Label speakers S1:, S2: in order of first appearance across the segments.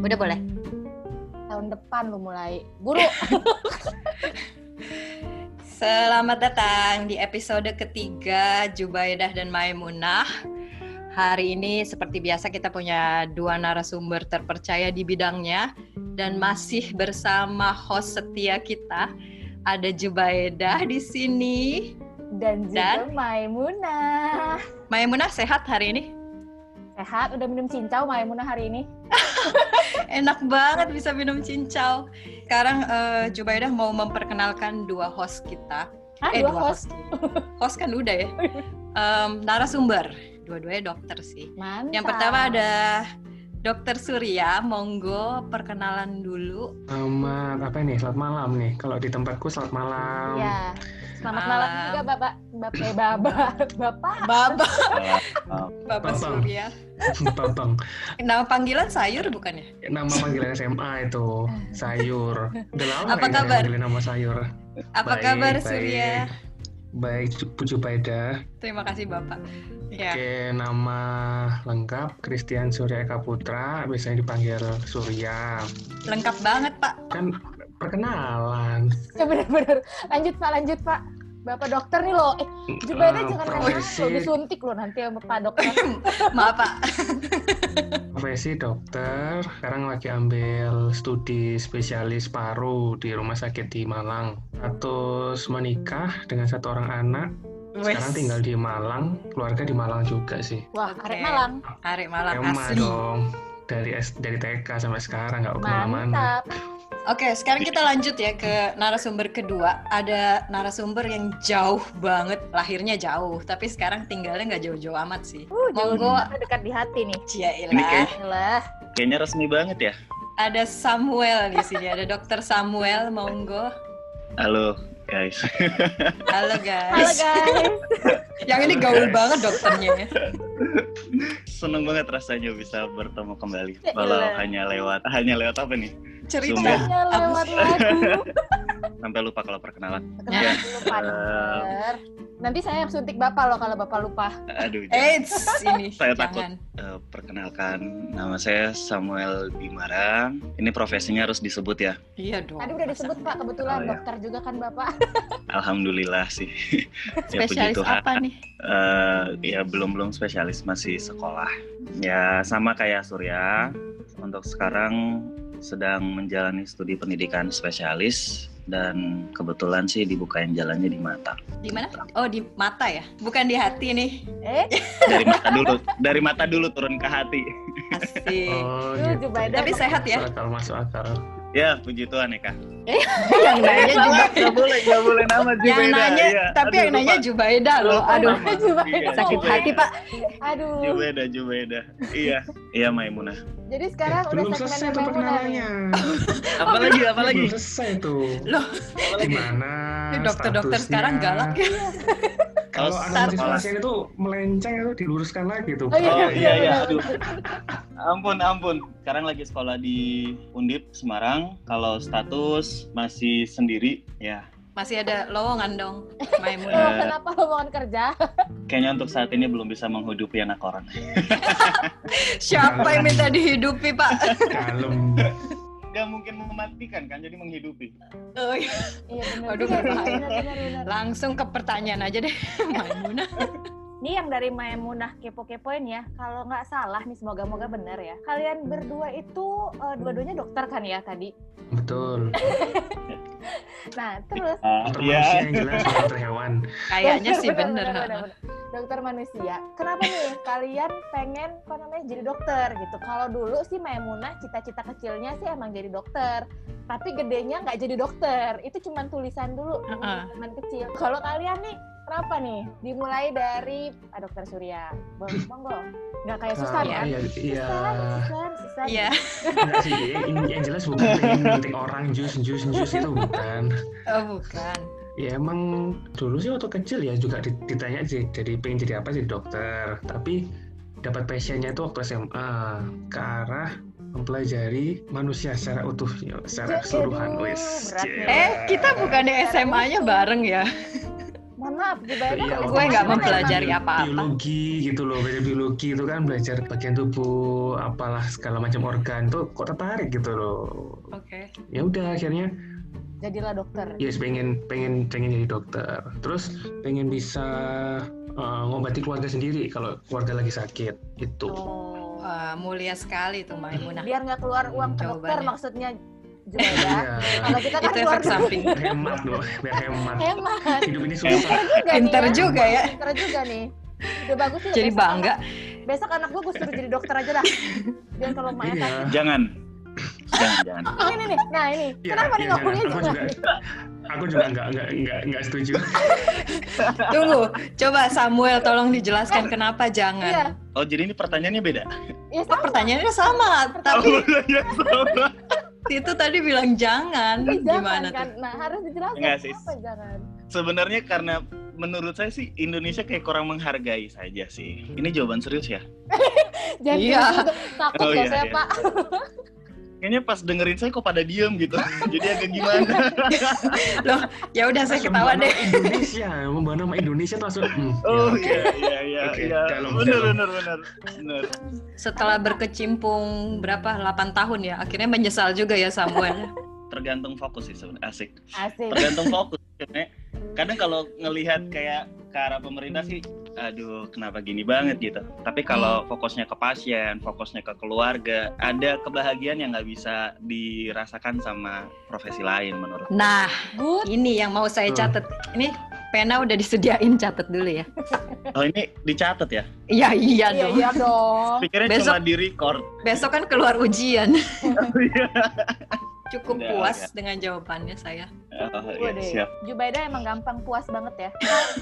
S1: Udah boleh.
S2: Tahun depan lu mulai. Buru.
S3: Selamat datang di episode ketiga Jubaidah dan Maimunah. Hari ini seperti biasa kita punya dua narasumber terpercaya di bidangnya dan masih bersama host setia kita. Ada Jubaidah di sini.
S2: Dan juga
S3: Dan?
S2: Maimunah.
S3: Maimunah sehat hari ini?
S2: Sehat, udah minum cincau Maimunah hari ini?
S3: Enak banget bisa minum cincau. Sekarang eh, Jubaidah mau memperkenalkan dua host kita.
S2: Hah,
S3: eh,
S2: Ah, dua host?
S3: Host kan udah ya. Em, narasumber. Dua-duanya dokter sih.
S2: Mantap.
S3: Yang pertama ada Dokter Surya, monggo perkenalan dulu.
S4: Selamat apa nih? Selamat malam nih. Kalau di tempatku selamat malam.
S2: Iya. Selamat malam.
S3: Malam.
S2: juga Bapak. Bapak. Eh, Bapak. Bapak.
S3: Bapak, Bapak
S4: Bapak.
S3: Surya.
S4: Babang.
S3: Nama panggilan sayur bukan ya?
S4: Nama panggilan SMA itu sayur. Udah lama ya
S3: Apa
S4: nggak
S3: kabar?
S4: dipanggil nama sayur.
S3: Apa
S4: Baik,
S3: kabar
S4: baik.
S3: Surya?
S4: Baik, Ju- Bu Jubaida.
S3: Terima kasih Bapak. Ya,
S4: Oke, nama lengkap Christian Surya Eka Putra, biasanya dipanggil Surya.
S3: lengkap banget Pak.
S4: Kan perkenalan.
S2: Ya, bener-bener. Lanjut Pak, lanjut Pak. Bapak dokter nih loh. Eh, juga
S4: Eh,
S2: jangan main
S4: profesi,
S2: lo disuntik lo nanti sama Pak dokter.
S3: Maaf Pak.
S4: profesi dokter. Sekarang lagi ambil studi spesialis paru di rumah sakit di Malang. Status menikah dengan satu orang anak Sekarang
S3: Wes.
S4: tinggal di Malang, keluarga di Malang juga sih.
S2: Wah,
S3: Oke.
S2: arek Malang.
S3: Arek Malang
S4: Emang
S3: asli.
S4: dong dari S- dari TK sampai sekarang nggak kemana-mana.
S2: Mantap.
S3: Oke, sekarang kita lanjut ya ke narasumber kedua. Ada narasumber yang jauh banget, lahirnya jauh, tapi sekarang tinggalnya nggak jauh-jauh amat sih.
S2: Uh, jauh
S3: Monggo, Eh.
S2: dekat di hati nih.
S5: Ini
S3: Jailah.
S5: kayak-
S2: Lah,
S5: Kayaknya resmi banget ya.
S3: ada Samuel di sini, ada Dokter Samuel, monggo.
S5: Halo guys.
S3: Halo
S2: halo
S3: guys.
S2: guys.
S3: Yang ini gaul banget dokternya. ya.
S5: Seneng banget rasanya bisa bertemu kembali.
S2: Ya
S5: Walau
S2: elah.
S5: hanya lewat, hanya lewat apa nih?
S3: Cerita.
S5: Sumpah.
S2: Hanya lewat lagu.
S5: Sampai lupa kalau perkenalan.
S2: Kenapa lupa
S5: Eh.
S2: dokter? Nanti saya suntik bapak loh kalau bapak lupa.
S3: Eh.
S5: Aduh. jangan.
S3: Eits, ini.
S5: Saya takut.
S3: jangan.
S5: Eh, perkenalkan, nama saya Samuel Bimara. Ini profesinya harus disebut ya.
S3: Iya dong.
S2: Tadi udah disebut pak kebetulan
S5: Oh, ya.
S2: dokter juga kan bapak.
S5: Alhamdulillah sih. ya puji
S3: Spesialis
S5: Tuhan.
S3: apa nih?
S5: Eh, ya belum belum spesialis masih sekolah. Ya sama kayak Surya. Untuk sekarang sedang menjalani studi pendidikan spesialis dan kebetulan sih dibukain jalannya di mata.
S3: Di mana? Oh, di mata ya. Bukan di hati nih.
S2: Eh,
S5: Dari mata dulu, dari mata dulu turun ke hati.
S3: Asik.
S4: Oh,
S2: Lu Jubaida
S3: Tapi sehat ya?
S4: Masuk akal, masuk akal.
S5: Ya puji Tuhan ya kak.
S3: yang nanya juga.
S5: Gak boleh, gak boleh nama
S3: Yang
S5: Jubaida,
S3: nanya,
S5: iya.
S3: tapi
S5: Aduh,
S3: yang nanya
S5: lupa.
S3: Jubaida loh.
S5: Lupa
S3: Aduh,
S5: nama.
S2: Jubaida.
S5: Iya,
S3: sakit
S5: Jubaida.
S3: hati Pak.
S2: aduh.
S5: Jubaida, Jubaida. Iya, iya Maimunah.
S2: Jadi sekarang udah
S4: belum
S2: segmen
S4: selesai tuh
S2: Maimunah nih.
S4: perkenalannya.
S5: Apalagi, apalagi.
S4: Belum selesai tuh.
S3: Loh.
S4: Gimana?
S3: Ini dokter-dokter
S4: statusnya?
S3: sekarang galak ya.
S4: Kalau
S5: Kalau
S4: analisis
S5: status.
S4: pasien itu melenceng itu diluruskan lagi tuh.
S2: Oh, iya,
S5: Oh iya iya,
S2: benar,
S5: aduh. Ampun ampun. Sekarang lagi sekolah di Undip Semarang. Kalau status masih sendiri ya.
S3: Masih ada lowongan dong. Maimunah.
S2: Oh, kenapa lowongan kerja?
S5: Kayaknya untuk saat ini belum bisa menghidupi anak orang.
S3: Siapa yang minta dihidupi Pak?
S4: Kalem.
S5: Gak mungkin mematikan kan, jadi menghidupi.
S3: Oh, iya.
S2: Iya benar.
S3: Waduh,
S2: benar,
S3: berbahaya.
S2: benar, benar, benar.
S3: Langsung ke pertanyaan aja deh. Maimunah.
S2: Ini yang dari Maimunah kepo-kepoin ya. Kalau nggak salah nih, semoga-moga benar ya. Kalian berdua itu eh, dua-duanya dokter kan ya tadi.
S4: Betul.
S2: Nah, terus
S5: Ah,
S4: Dokter manusia
S5: Iya.
S4: yang jelas dokter hewan.
S3: Kayaknya sih bener.
S2: bener. Dokter manusia. Kenapa nih kalian pengen apa namanya jadi dokter gitu? Kalau dulu sih Maimunah cita-cita kecilnya sih emang jadi dokter, tapi gedenya nggak jadi dokter. Itu cuman tulisan dulu dulu
S3: Heeh.
S2: zaman kecil. Kalau kalian nih kenapa nih? Dimulai dari ah, Dokter Surya. Bang, monggo. Nggak kayak Susan
S4: Kalau-
S2: ya?
S4: Iya, iya.
S2: Susan, Susan, Susan.
S3: Iya.
S4: Enggak sih, yang, yang jelas bukan pengen nyuntik orang jus jus jus itu bukan.
S3: Oh, bukan.
S4: Ya emang dulu sih waktu kecil ya juga di- ditanya sih jadi pengen jadi apa sih dokter. Tapi dapat passionnya itu waktu SMA ke arah mempelajari manusia secara utuh, ya, secara
S2: Aduh,
S4: keseluruhan wis.
S2: berat
S4: Cie.
S2: nih.
S3: Eh, kita bukannya SMA-nya bareng ya?
S2: Mohon maaf Jubaida
S4: Iya,
S2: kalau
S3: Gue nggak
S2: gimana
S3: mempelajari
S4: Biologi-
S3: apa-apa.
S4: Biologi gitu loh, belajar biologi itu kan belajar bagian tubuh, apalah segala macam organ tuh kok tertarik gitu loh.
S3: Oke.
S4: Ya udah akhirnya
S2: emang? jadilah dokter
S4: yes pengen pengen pengen jadi dokter. Terus pengen bisa eh, ngobati keluarga sendiri kalau keluarga lagi sakit gitu. itu.
S2: Oh.
S3: Wah, mulia sekali tuh Maimunah.
S2: biar nggak keluar uang ke dokter
S3: Hmm, Jawabannya.
S2: maksudnya Jubaida
S4: Iya.
S2: kalau kita kan
S3: Itu
S2: keluar
S3: efek
S2: duit,
S3: samping.
S4: hemat loh, biar hemat.
S2: hemat
S4: Hidup ini
S2: Pinter
S4: susah.
S2: juga nih
S3: Pinter
S2: ya.
S3: juga ya.
S2: Pinter juga nih udah bagus sih
S3: Jadi bangga.
S2: besok anak gue gue suruh jadi dokter aja dah biar kalau main
S4: Iya.
S5: Jangan. Jangan, jangan.
S2: ini nih, nih. nah ini
S4: Iya,
S2: kenapa nih
S4: iya,
S2: ngomongnya
S4: jangan. Aku
S2: juga
S4: juga aku juga nggak nggak nggak nggak setuju.
S3: Dulu, coba Samuel tolong dijelaskan kenapa
S2: iya
S3: jangan.
S5: Oh, jadi ini pertanyaannya beda.
S2: iya
S3: Kan
S2: sama
S3: pertanyaannya sama, tapi
S5: Oh, iya, sama.
S3: itu tadi bilang jangan.
S2: Tapi jangan
S3: Gimana
S2: kan
S3: tuh?
S2: nah harus dijelaskan
S5: Enggak, sis.
S2: kenapa jangan
S5: Sebenarnya karena menurut saya sih Indonesia kayak kurang menghargai saja sih. Ini jawaban serius ya.
S2: jangan
S3: Iya.
S2: gitu. takut
S5: Oh,
S2: loh
S5: iya,
S2: saya
S5: iya.
S2: pak
S5: Kayaknya pas dengerin saya kok pada diem gitu. Jadi agak gimana.
S3: Ya udah saya ketawa
S4: Membawa
S3: deh.
S4: nama Indonesia, membawa nama Indonesia tuh langsung. hmm,
S5: Oh
S4: ya.
S5: iya iya iya.
S4: Oke,
S5: iya.
S4: dalam,
S5: Benar
S4: dalam.
S5: benar benar. Benar.
S3: Setelah berkecimpung berapa 8 tahun ya, akhirnya menyesal juga ya Samuel.
S5: Tergantung fokus sih sebenarnya. Asik.
S2: asik
S5: Tergantung fokus. sebenarnya. Kadang kalau ngelihat kayak ke arah pemerintah sih aduh kenapa gini banget gitu tapi
S4: Hmm.
S5: kalau fokusnya ke pasien fokusnya ke keluarga ada kebahagiaan yang nggak bisa dirasakan sama profesi lain menurut
S3: Nah,
S2: good
S3: ini yang mau saya
S4: Hmm.
S3: catat. Ini pena udah disediain catat dulu ya.
S5: Oh ini dicatat ya?
S3: Iya iya
S2: iya
S3: dong.
S2: iya dong
S5: Pikirnya
S3: Besok-
S5: cuma di record. Oh, iya,
S3: Besok kan keluar ujian. Cukup
S5: Udah,
S3: puas
S5: udah.
S3: dengan jawabannya saya.
S5: Oh, iya,
S2: Waduh,
S5: siap.
S2: Jubaida emang gampang puas banget ya.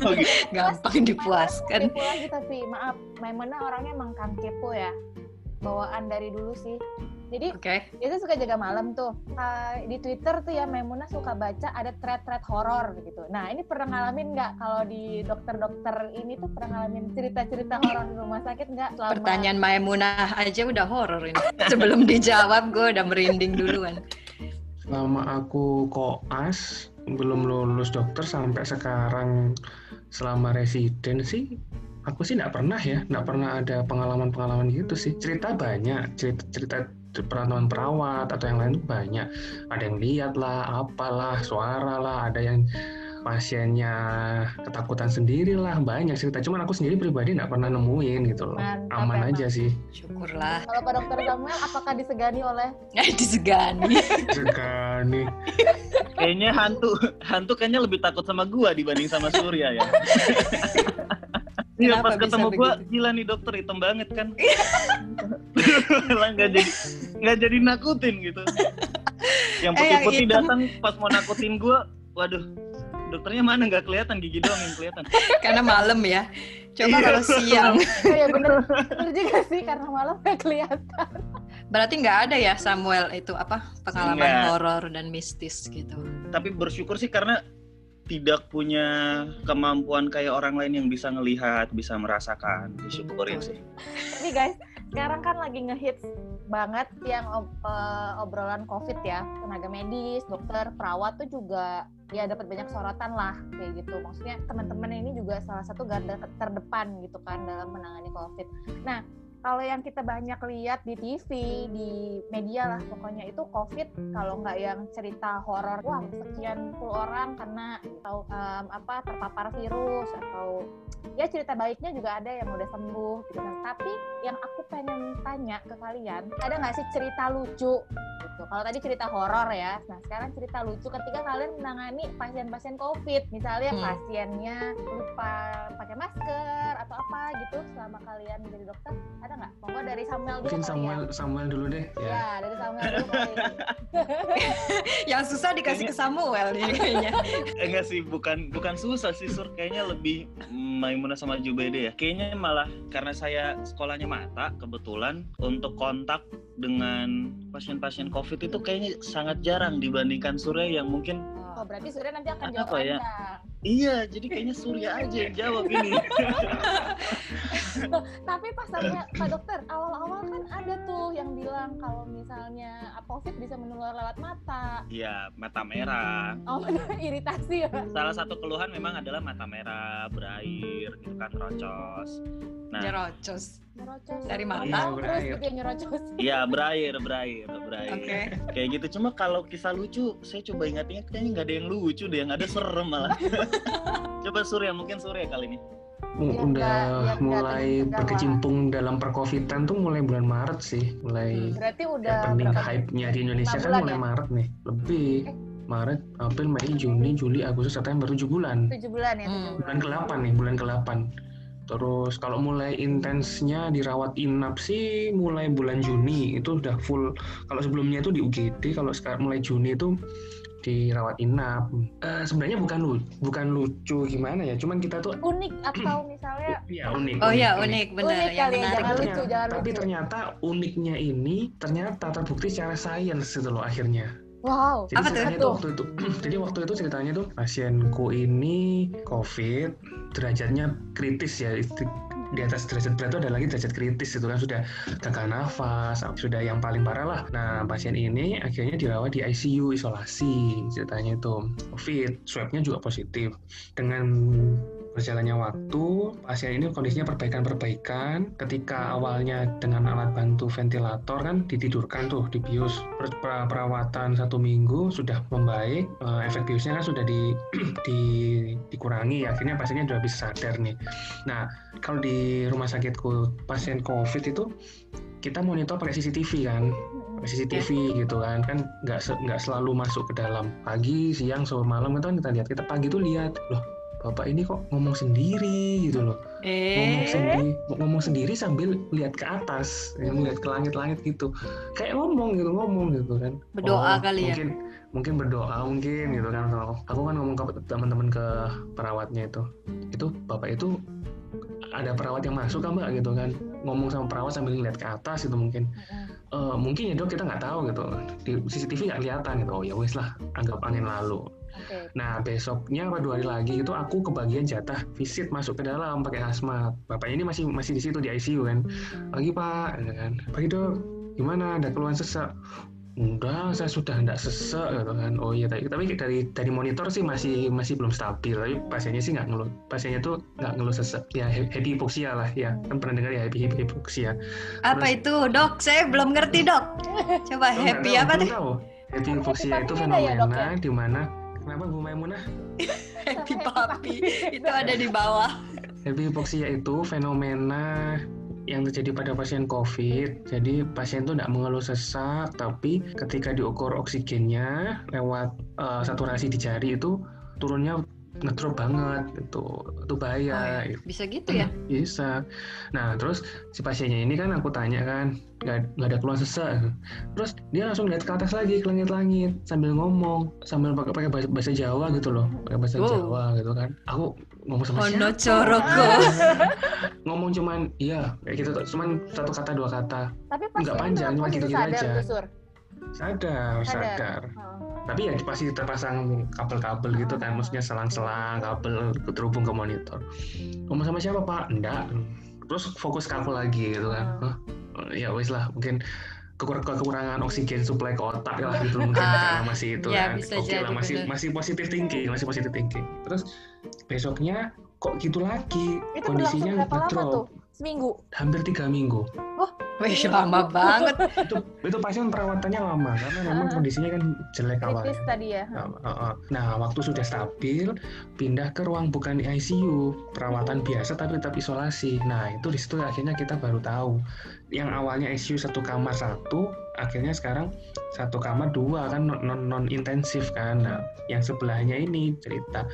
S5: Oh, gitu.
S3: Gampang dipuaskan.
S2: Kepo lagi tapi maaf, Maimuna orangnya emang kang kepo ya. Bawaan dari dulu sih. Jadi
S3: Oke.
S2: itu suka jaga malam tuh. Ah, di Twitter tuh ya Maimuna suka baca ada thread-thread horor gitu. Nah ini pernah ngalamin nggak kalau di dokter-dokter ini tuh pernah ngalamin cerita-cerita horor di rumah sakit nggak? selama-
S3: Pertanyaan Maimunah aja udah horor ini. Sebelum dijawab gue udah merinding duluan.
S4: Selama aku koas belum lulus dokter sampai sekarang selama residen sih aku sih nggak pernah ya nggak pernah ada pengalaman-pengalaman gitu sih cerita banyak cerita cerita perantauan perawat atau yang lain tuh banyak ada yang lihat lah apalah suara lah ada yang pasiennya ketakutan sendiri lah banyak cerita cuman aku sendiri pribadi nggak pernah nemuin gitu loh
S2: Mantap,
S4: aman
S2: emang.
S4: aja sih
S3: Syukurlah.
S2: Kalau Pak Dokter Samuel, apakah disegani oleh
S3: Eh disegani.
S4: Jika nih
S5: Kayaknya hantu, hantu kayaknya lebih takut sama gua dibanding sama Surya ya. Iya
S3: Kenapa
S5: pas
S3: bisa
S5: ketemu gua,
S3: begitu? Iya.
S5: gila nih dokter hitam banget kan. Malah nggak jadi nggak jadi nakutin gitu. Yang
S3: Eh, yang
S5: putih-putih
S3: hitam.
S5: datang pas mau nakutin gua, waduh dokternya mana nggak kelihatan gigi doang yang kelihatan.
S3: Karena malam ya. Coba
S5: Iya.
S3: kalau siang.
S2: Oh ya bener, bener juga sih karena malam nggak kelihatan.
S3: Berarti nggak ada ya Samuel itu apa pengalaman
S5: Nggak.
S3: horor dan mistis gitu.
S5: tapi bersyukur sih karena tidak punya kemampuan kayak orang lain yang bisa ngelihat, bisa merasakan, disyukurin sih.
S2: Tapi guys, sekarang kan lagi ngehits banget yang ob- eh, obrolan COVID ya. Tenaga medis, dokter, perawat tuh juga ya dapat banyak sorotan lah kayak gitu. Maksudnya teman-teman ini juga salah satu garda ter- terdepan gitu kan dalam menangani COVID. Nah, kalau yang kita banyak lihat di TV, di media lah pokoknya itu COVID kalau nggak yang cerita horor, wah sekian puluh orang kena atau em, apa terpapar virus atau ya cerita baiknya juga ada yang udah sembuh gitu kan. Tapi yang aku pengen tanya ke kalian, ada nggak sih cerita lucu gitu? Kalau tadi cerita horor ya, nah sekarang cerita lucu ketika kalian menangani pasien-pasien COVID, misalnya
S3: Hmm.
S2: pasiennya lupa pakai masker atau apa gitu selama kalian menjadi dokter, ada nggak? Monggo dari Samuel dulu
S4: mungkin
S2: kali ya.
S4: Samuel Samuel dulu deh ya.
S2: Ya, dari Samuel dulu kali. ya.
S3: Yang susah dikasih ke Samuel ini kayaknya.
S5: Eh, enggak sih, bukan bukan susah sih Sur, kayaknya lebih mm, Maimunah sama Jubaida ya. Kayaknya malah karena saya sekolahnya mata kebetulan untuk kontak dengan pasien-pasien Covid itu kayaknya sangat jarang dibandingkan Surya yang mungkin
S2: Oh, berarti Surya nanti akan
S5: Apa
S2: jawab
S5: ya?
S2: panjang.
S5: Iya, jadi kayaknya Surya aja yang jawab ini.
S2: Tapi pasarnya Pak Dokter, awal-awal kan ada tuh yang bilang kalau misalnya ah, COVID bisa menular lewat mata.
S5: Iya, mata merah.
S2: Oh, iritasi ya.
S5: Salah satu keluhan memang adalah mata merah, berair, gitu kan, rocos. Nah.
S3: Jerocos.
S2: Nyerocos.
S3: Dari mata?
S2: Ngomong Terus
S4: Berair.
S2: gitu ya nyerocos.
S5: Iya, berair, berair, berair.
S3: Oke.
S5: Kayak gitu. Cuma kalau kisah lucu, saya coba ingat-ingat kayaknya nggak ada yang lucu deh, yang ada serem malah. coba Surya, mungkin Surya kali ini.
S2: Biar
S4: udah
S2: nggak- biar nggak
S4: mulai
S2: terjadi
S4: berkecimpung dalam perkovitan tuh mulai bulan Maret sih mulai
S2: Berarti Hmm, udah
S4: happening
S2: berapa-
S4: hype-nya di Indonesia
S2: Enam
S4: kan
S2: bulan
S4: mulai
S2: ya?
S4: Maret nih lebih
S2: Eh.
S4: Maret April Mei Juni Juli Agustus September 7 bulan
S2: 7 bulan ya, 7
S3: Hmm.
S2: bulan.
S4: bulan ke-8 nih bulan ke-8 terus kalau mulai intensnya dirawat inap sih mulai bulan Juni itu udah full kalau sebelumnya itu di UGD kalau sekarang mulai Juni itu dirawat inap Eh, sebenarnya bukan lu bukan lucu gimana ya cuman kita tuh
S2: Unik atau misalnya
S4: ya unik
S3: Oh ya unik benar
S2: Unik kali
S3: yang
S2: ya,
S3: menarik.
S2: jangan
S4: Tapi
S2: lucu,
S4: ternyata-
S2: jangan
S4: Iya, tapi
S2: lucu.
S4: ternyata uniknya ini ternyata terbukti secara sains itu loh akhirnya.
S2: wow.
S3: Apa
S4: Jadi
S3: tuh?
S4: ceritanya
S2: Tuh.
S4: waktu itu, jadi waktu itu ceritanya tuh pasienku ini COVID derajatnya kritis ya Di- di atas derajat berat itu ada lagi derajat kritis itu kan sudah gagal nafas sudah yang paling parah lah nah pasien ini akhirnya dirawat di ICU isolasi ceritanya itu COVID swabnya juga positif dengan berjalannya waktu pasien ini kondisinya perbaikan-perbaikan ketika awalnya dengan alat bantu ventilator kan ditidurkan tuh di bius Per- per- perawatan satu minggu sudah membaik Eh, efek biusnya kan sudah di, di- dikurangi akhirnya pasiennya sudah bisa sadar nih nah kalau di rumah sakitku pasien covid itu kita monitor pakai CCTV kan
S2: Mm-mm.
S4: CCTV gitu kan kan nggak se- nggak selalu masuk ke dalam pagi siang sore malam itu kan kita lihat kita pagi tuh lihat loh bapak ini kok ngomong sendiri gitu loh ngomong
S3: Eh,
S4: sendiri ngomong sendiri sambil lihat ke atas ya, lihat ke langit-langit gitu kayak ngomong gitu ngomong gitu kan
S3: berdoa kali ya.
S4: mungkin mungkin berdoa mungkin gitu kan kalau aku kan ngomong ke teman-teman ke perawatnya itu itu bapak itu ada perawat yang masuk kan mbak gitu kan ngomong sama perawat sambil ngeliat ke atas gitu mungkin
S2: Mm-mm.
S4: Eh, mungkin ya dok kita nggak tahu gitu di CCTV nggak kelihatan gitu oh ya wes lah anggap angin lalu
S2: Oke.
S4: nah besoknya apa dua hari lagi itu aku kebagian jatah visit masuk ke dalam pakai hazmat bapaknya ini masih masih di situ di ICU kan pagi pak gitu kan pagi dok gimana ada keluhan sesak enggak saya sudah enggak sesek gitu kan oh iya tapi, tapi dari dari monitor sih masih masih belum stabil tapi pasiennya sih nggak ngeluh pasiennya tuh nggak ngeluh sesek ya he- happy hypoxia lah ya kan pernah dengar ya happy happy hypoxia
S3: Apa itu, Dok? Saya belum ngerti, Dok. Coba
S4: Tahu nggak
S3: Eh, happy
S4: tahu?
S3: apa
S4: Belum
S3: tuh?
S4: tahu. Happy
S2: Happy
S4: hypoxia
S2: puppy
S4: itu
S2: ada ya, dok,
S4: fenomena di mana kenapa Bu Maimunah?
S3: Happy
S2: Happy
S3: puppy.
S2: puppy.
S3: Itu ada di bawah.
S4: Happy hypoxia itu fenomena yang terjadi pada pasien COVID. Jadi pasien itu tidak mengeluh sesak, tapi ketika diukur oksigennya lewat eh, saturasi di jari itu turunnya ngedrop banget itu itu
S3: Oh,
S2: iya.
S4: bahaya
S3: ya. Bisa gitu ya?
S4: bisa nah terus si pasiennya ini kan aku tanya kan nggak nggak ada keluhan sesak terus dia langsung lihat ke atas lagi ke langit-langit sambil ngomong sambil pakai pakai bahasa- bahasa Jawa gitu loh pakai bahasa
S3: Wow.
S4: Jawa gitu kan aku ngomong sama
S3: Ono
S4: siapa
S3: Chorogo.
S4: ngomong cuman iya kayak gitu cuman satu kata dua kata
S2: Tapi pas
S4: Nggak
S2: itu
S4: panjang, cuma
S2: aku
S4: gitu-gitu
S2: sadar
S4: aja.
S2: tuh, Sur. Sadar.
S4: sadar sadar
S2: Oh.
S4: tapi ya pasti terpasang kabel-kabel gitu kan maksudnya selang-selang kabel terhubung ke monitor ngomong sama siapa pak enggak terus fokus ke aku lagi gitu kan Hah? ya wis lah mungkin kekur- kekurangan oksigen supply ke otak lah gitu mungkin
S3: Ah,
S4: karena masih itu
S3: ya,
S4: kan
S3: bisa
S4: oke lah
S3: jadi,
S4: masih
S3: bener.
S4: masih positif thinking masih positif thinking terus besoknya kok gitu lagi
S2: Itu berlangsung
S4: kondisinya
S2: berapa lama tuh?
S4: ngedrop
S2: Seminggu.
S4: hampir tiga minggu
S3: Wih, lama banget.
S4: itu itu pasien perawatannya lama karena memang kondisinya kan jelek awalnya
S2: Kritis tadi ya.
S4: Nah, uh, uh. Nah, waktu sudah stabil, pindah ke ruang bukan ICU, perawatan biasa tapi tetap isolasi. Nah, itu di situ akhirnya kita baru tahu. Yang awalnya ICU satu kamar satu, akhirnya sekarang satu kamar dua kan non non intensif kan. Nah, yang sebelahnya ini cerita,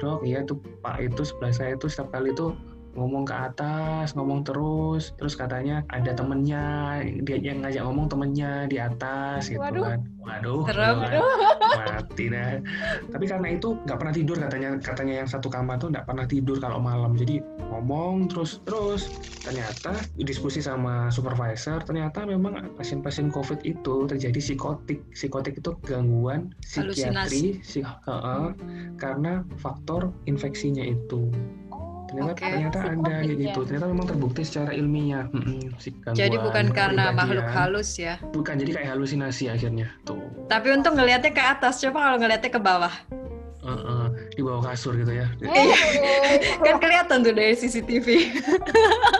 S4: dok, iya tuh pak itu sebelah saya itu setiap kali itu ngomong ke atas, ngomong terus, terus katanya ada temennya, dia yang ngajak ngomong temennya di atas gitu
S2: Waduh.
S4: kan. Waduh,
S3: Serem.
S4: gitu kan. mati dah. Tapi karena itu nggak pernah tidur katanya, katanya yang satu kamar tuh nggak pernah tidur kalau malam. Jadi ngomong terus terus. Ternyata diskusi sama supervisor, ternyata memang pasien-pasien COVID itu terjadi psikotik. Psikotik itu gangguan psikiatri, psik- heeh, karena faktor infeksinya itu
S2: Oh,
S4: ternyata
S3: Oke. iya.
S4: ternyata ada
S2: Psikotik
S4: kayak
S2: ya?
S4: gitu ternyata memang terbukti secara ilmiah Mm-mm, si gangguan
S3: Jadi bukan karena
S4: kepribadian.
S3: makhluk halus ya.
S4: bukan jadi kayak halusinasi akhirnya tuh
S3: Tapi untung ngelihatnya ke atas, coba kalau ngelihatnya ke bawah.
S4: Heeh, di bawah kasur gitu ya
S3: Kan kelihatan tuh dari CCTV.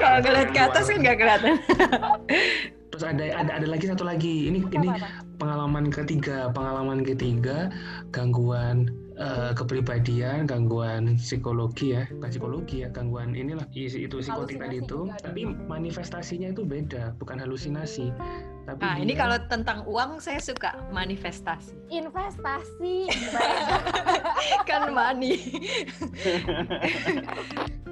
S3: Kalau ngeliat ke atas kan nggak kelihatan.
S4: terus ada, ada ada lagi satu lagi ini ini pengalaman ketiga pengalaman ketiga gangguan eh, kepribadian gangguan psikologi ya bukan psikologi ya gangguan inilah i- itu psikotik tadi
S2: Halusinasi
S4: itu
S2: juga ada.
S4: tapi manifestasinya itu beda bukan halusinasi tapi
S3: Nah, ini
S4: dia-
S3: kalau tentang uang saya suka manifestasi.
S2: investasi
S3: Kan money.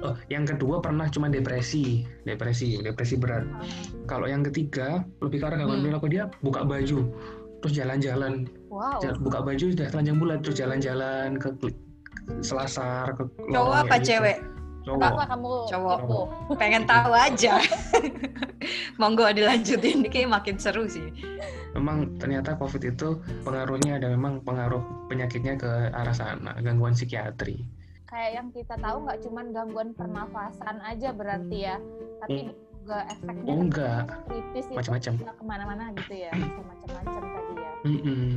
S4: Oh, yang kedua pernah cuma depresi, depresi, depresi berat. Kalau yang ketiga lebih ke arah gangguan
S3: Hmm.
S4: perilaku dia buka baju, terus jalan-jalan,
S2: wow
S4: Jal- buka baju sudah telanjang bulat, terus jalan-jalan ke ke selasar, ke
S3: Cowok
S4: lorong
S3: apa
S4: kayak gitu.
S3: cewek?
S4: Cowok.
S2: apa kamu
S3: Cowok.
S2: kepo?
S3: Pengen tahu aja. Monggo dilanjutin, ini kayak makin seru sih.
S4: Memang ternyata COVID itu pengaruhnya ada memang pengaruh penyakitnya ke arah sana, gangguan psikiatri.
S2: kayak yang kita tahu nggak cuman gangguan pernafasan aja berarti ya tapi juga efeknya
S4: Hmm. Oh,
S2: kan
S4: enggak.
S2: kritis
S3: Iya.
S2: itu
S4: Macam-macam.
S2: bisa kemana-mana gitu ya bisa macam-macam tadi ya
S4: Mm-mm.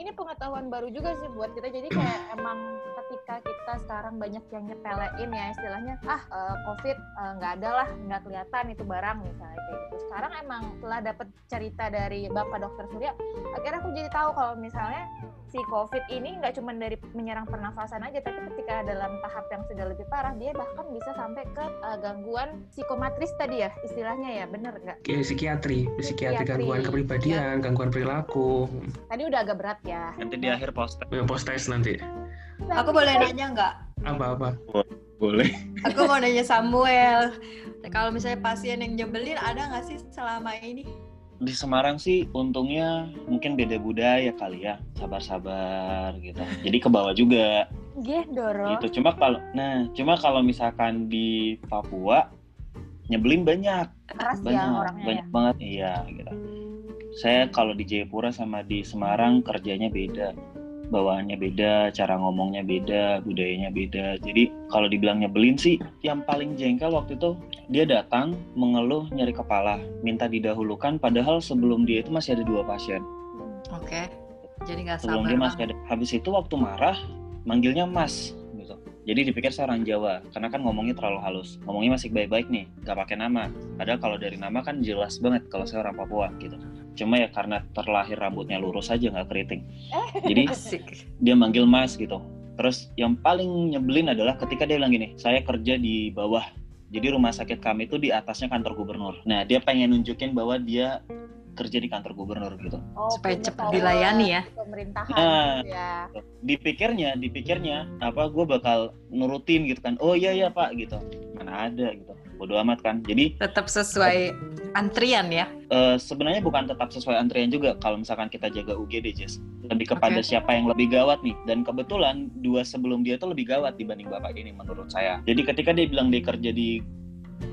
S2: ini pengetahuan baru juga sih buat kita jadi kayak emang ketika kita sekarang banyak yang nyepelein ya istilahnya ah eh, covid eh, nggak ada lah nggak kelihatan itu barang misalnya kayak gitu sekarang emang setelah dapet cerita dari bapak dokter Surya akhirnya aku jadi tahu kalau misalnya si covid ini nggak cuma dari menyerang pernafasan aja tapi ketika dalam tahap yang sudah lebih parah dia bahkan bisa sampai ke eh, gangguan psikomatris tadi ya istilahnya ya bener nggak
S4: Ke Iya, Psikiatri, psikiatri,
S2: Psikiatri.
S4: gangguan
S3: iya.
S4: kepribadian, gangguan perilaku,
S2: tadi udah agak berat ya
S5: Nanti di akhir poster
S4: Ya, post test nanti.
S3: Aku boleh
S2: gitu,
S3: nanya nggak?
S4: Apa-apa?
S5: boleh.
S3: Aku mau nanya Samuel. Kalau misalnya pasien yang nyebelin ada nggak sih selama ini?
S5: Di Semarang sih untungnya mungkin beda budaya kali ya. Sabar-sabar gitu. Jadi ke bawah juga.
S2: Gih,
S3: Iya,
S2: dorong
S5: gitu cuma kalau nah cuma kalau misalkan di Papua nyebelin banyak
S2: keras ya
S5: banyak
S2: orangnya ya
S5: banyak banget iya gitu saya kalau di Jayapura sama di Semarang kerjanya beda bawaannya beda cara ngomongnya beda budayanya beda jadi kalau dibilang nyebelin sih yang paling jengkel waktu itu dia datang mengeluh nyeri kepala minta didahulukan padahal sebelum dia itu masih ada dua pasien
S3: Oke. Jadi nggak
S5: sebelum
S3: sabar.
S5: dia masih
S3: banget.
S5: ada habis itu waktu marah manggilnya mas gitu jadi dipikir saya orang Jawa karena kan ngomongnya terlalu halus ngomongnya masih baik-baik nih nggak pakai nama padahal kalau dari nama kan jelas banget kalau saya orang Papua gitu cuma ya karena terlahir rambutnya lurus aja nggak keriting jadi
S3: Asik.
S5: dia manggil mas gitu terus yang paling nyebelin adalah ketika dia bilang gini saya kerja di bawah jadi rumah sakit kami itu di atasnya kantor gubernur nah dia pengen nunjukin bahwa dia kerja di kantor gubernur gitu
S2: Oh,
S3: Supaya
S2: punya
S3: cepat
S2: power
S3: dilayani ya.
S2: di Pemerintahan
S5: Nah.
S2: gitu ya.
S5: dipikirnya dipikirnya apa gue bakal nurutin gitu kan oh iya iya pak gitu mana ada gitu bodo amat kan jadi
S3: Tetap sesuai antrian ya.
S5: eh, sebenarnya bukan tetap sesuai antrian juga kalau misalkan kita jaga UGD Jess lebih kepada
S3: Oke.
S5: siapa yang lebih gawat nih dan kebetulan dua sebelum dia tuh lebih gawat dibanding bapak ini menurut saya jadi ketika dia bilang dia kerja di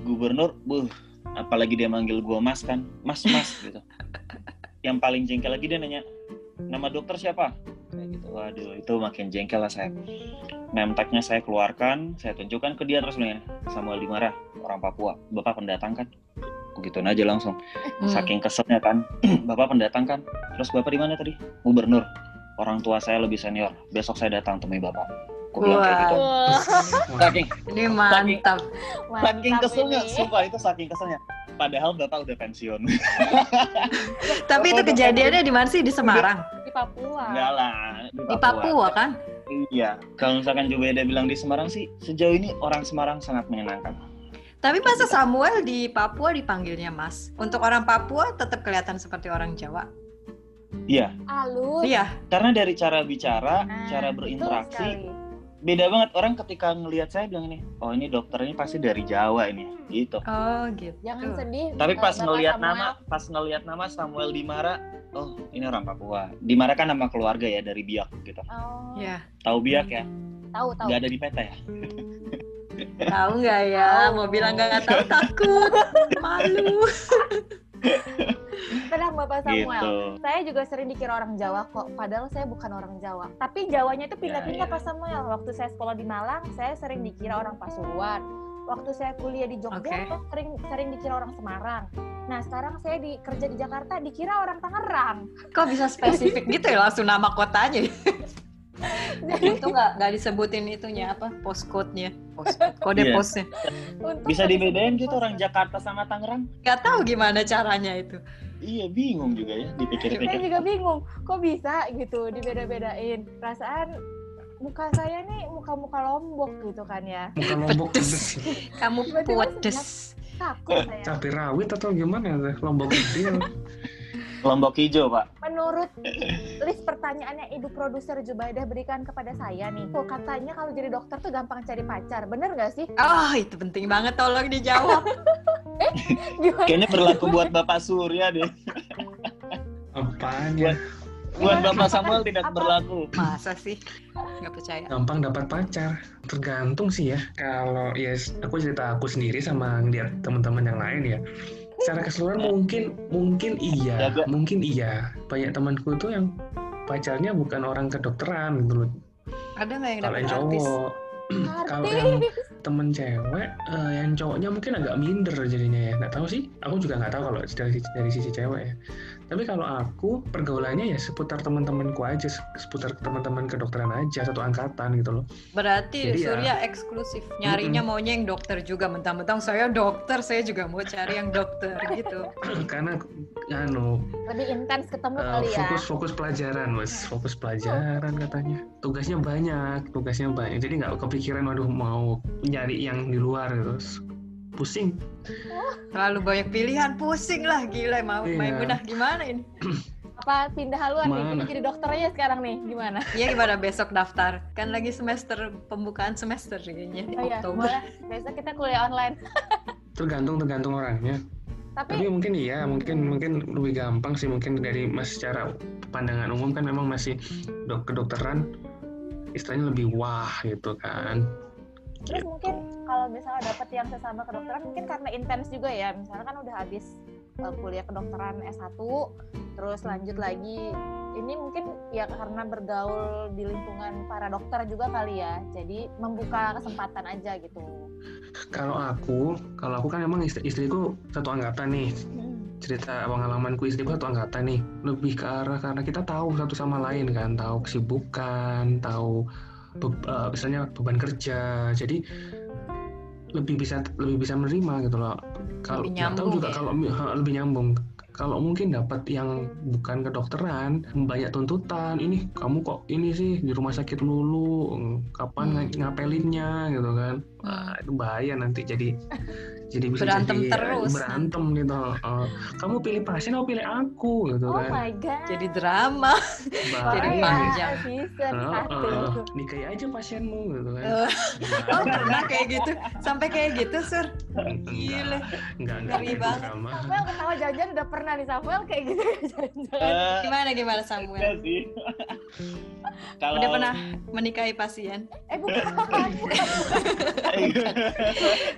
S5: gubernur buh apalagi dia manggil gua mas kan mas mas gitu yang paling jengkel lagi dia nanya nama dokter siapa kayak gitu waduh itu makin jengkel lah saya memteknya saya keluarkan saya tunjukkan ke dia terus bilang Samuel Dimara orang Papua bapak pendatang kan gitu aja langsung
S3: Hmm.
S5: saking keselnya kan bapak pendatang kan terus bapak di mana tadi gubernur orang tua saya lebih senior besok saya datang temui bapak aku bilang kayak gitu
S2: Wah,
S5: saking
S3: Ini mantap.
S2: mantap
S5: saking keselnya
S2: ini.
S5: sumpah itu saking keselnya padahal bapak udah pensiun
S3: Tapi itu kejadiannya di mana sih? Di Semarang.
S2: Di Papua.
S5: enggak lah
S3: Di Papua kan?
S5: iya kalau misalkan juga ada bilang di Semarang sih sejauh ini orang Semarang sangat menyenangkan
S3: Tapi masa Samuel di Papua dipanggilnya Mas. Untuk orang Papua tetap kelihatan seperti orang Jawa.
S5: iya
S2: Alus.
S3: Iya,
S5: karena dari cara bicara
S2: Nah,
S5: cara
S2: betul
S5: berinteraksi
S2: sekali.
S5: beda banget orang ketika ngelihat saya bilang ini oh ini dokter ini pasti dari Jawa ini
S2: Hmm.
S5: gitu
S3: Oh gitu.
S2: Jangan sedih.
S5: tapi
S2: Bapak
S5: pas ngelihat
S2: Samuel.
S5: nama pas ngelihat nama Samuel Dimara oh ini orang Papua Dimara kan nama keluarga ya dari Biak gitu
S2: Oh,
S3: Ya,
S5: tahu Biak ya
S2: tahu tahu.
S5: nggak ada di peta ya
S3: tahu nggak ya? Mau bilang nggak tahu takut, malu.
S2: Tenang Bapak Samuel.
S5: gitu
S2: Saya juga sering dikira orang Jawa kok, padahal saya bukan orang Jawa. Tapi Jawanya itu pindah-pindah
S5: Ya, ya.
S2: Pak Samuel. Waktu saya sekolah di Malang, saya sering dikira orang Pasuruan. Waktu saya kuliah di Jogja,
S3: Oke.
S2: saya sering sering dikira orang Semarang. Nah, sekarang saya di, kerja di Jakarta dikira orang Tangerang.
S3: Kok bisa spesifik gitu ya langsung nama kotanya?
S2: Jadi
S3: Itu nggak nggak disebutin itunya apa? Postcode-nya. Postcode. Kode
S5: Iya.
S3: postnya.
S2: untung
S5: bisa
S2: tadi
S5: dibedain gitu
S2: saya-
S5: orang Jakarta sama Tangerang
S3: Nggak tahu gimana caranya itu.
S5: iya bingung juga ya
S2: Saya
S5: dipikir-pikir
S2: juga bingung, kok bisa gitu dibeda-bedain. Perasaan muka saya nih muka-muka lombok gitu kan ya.
S4: Muka lombok
S3: Pedes.
S4: pedes.
S3: Kamu
S2: Tiba-tiba
S3: pedes.
S5: Eh,
S2: Takut saya.
S4: Cabai rawit atau gimana? tuh? Lombok ya. kecil.
S5: Lombok hijau pak
S2: Menurut list pertanyaan yang ibu produser Jubaidah berikan kepada saya nih, tuh katanya kalau jadi dokter tuh gampang cari pacar, bener gak sih?
S3: Oh, itu penting banget tolong dijawab.
S2: Gimana?
S5: kayaknya berlaku buat Bapak Surya deh
S4: Apaan ya?
S5: buat
S2: Gimana?
S5: Bapak Samuel tidak
S2: Apa?
S5: berlaku
S3: Masa sih? Nggak percaya.
S4: Gampang dapat pacar. Tergantung sih ya. Kalau ya s- aku cerita aku sendiri sama ngeliat teman-teman yang lain ya. Secara keseluruhan mungkin mungkin iya,
S5: Jaga.
S4: mungkin iya. Banyak temanku tuh yang pacarnya bukan orang kedokteran gitu loh.
S3: Ada nggak yang
S4: Kalau
S3: dapat
S4: yang
S3: artis?
S4: cowok, kalau yang
S2: Artis.
S4: temen cewek eh, yang cowoknya mungkin agak minder jadinya ya nggak tahu sih aku juga nggak tahu kalau dari dari sisi cewek ya tapi kalau aku pergaulannya ya seputar teman-temanku aja se- seputar teman-teman kedokteran aja satu angkatan gitu loh
S3: Berarti
S4: Jadi ya.
S3: Surya eksklusif nyarinya maunya yang dokter juga mentang-mentang saya dokter saya juga mau cari yang dokter gitu.
S4: karena anu
S2: Lebih intens ketemu
S4: eh,
S2: kali ya.
S4: fokus fokus pelajaran mas fokus pelajaran katanya tugasnya banyak tugasnya banyak jadi nggak kepikiran waduh mau nyari yang di luar terus pusing
S3: Terlalu banyak pilihan pusing lah gila mau
S4: Iya.
S3: Maimunah gimana ini?
S2: Apa pindah haluan nih,
S4: Mana?
S2: jadi jadi dokter aja sekarang nih, gimana?
S3: Iya gimana besok daftar? Kan lagi semester pembukaan semester kayaknya di
S2: Oh iya,
S3: Oktober.
S2: boleh. Besok kita kuliah online.
S4: tergantung tergantung orangnya Tapi
S2: Tapi,
S4: mungkin iya, mungkin mungkin lebih gampang sih mungkin dari mas secara pandangan umum kan memang masih dok kedokteran istilahnya lebih wah gitu kan.
S2: terus mungkin kalau misalnya dapet yang sesama kedokteran, mungkin karena intens juga ya. Misalnya kan udah habis eh, kuliah kedokteran S1, terus lanjut lagi ini mungkin ya karena bergaul di lingkungan para dokter juga kali ya jadi membuka kesempatan aja gitu
S4: Kalau aku, kalau aku kan memang istri, istriku satu angkatan nih. Hmm. Cerita pengalamanku istriku satu angkatan nih. Lebih ke arah karena kita tahu satu sama lain kan, tahu kesibukan, tahu be- eh, misalnya beban kerja. Jadi lebih bisa lebih bisa menerima gitu loh. Kalau
S3: Lebih
S4: nggak tahu
S3: nyambung
S4: juga
S3: ya.
S4: kalau ha, lebih nyambung. Kalau mungkin dapat yang bukan kedokteran, banyak tuntutan. Ini kamu kok ini sih di rumah sakit lulu, kapan
S3: Hmm.
S4: ng- ngapelinnya gitu kan? Wah, itu bahaya nanti jadi jadi bisa
S3: Berantem
S4: jadi, eh,
S3: terus.
S4: berantem gitu. Eh, kamu pilih pasien, aku pilih aku gitu
S2: oh
S4: kan?
S2: my god
S3: Jadi drama. jadi
S4: Bahaya.
S3: panjang. Iya,
S2: season
S4: Eh,
S2: satu
S4: eh, nikahi aja pasienmu gitu kan?
S3: Eh.
S4: Enggak,
S3: Oh pernah kayak gitu sampai kayak gitu Sur. Gila.
S4: enggak, enggak,
S3: Ngeri
S4: enggak,
S3: banget.
S4: drama.
S2: Samuel ketawa jajan udah pernah nih Samuel kayak gitu jangan-jangan
S5: Eh,
S3: Gimana gimana Samuel?
S5: enggak sih kalau
S3: Udah pernah menikahi pasien?
S2: eh bukan bukan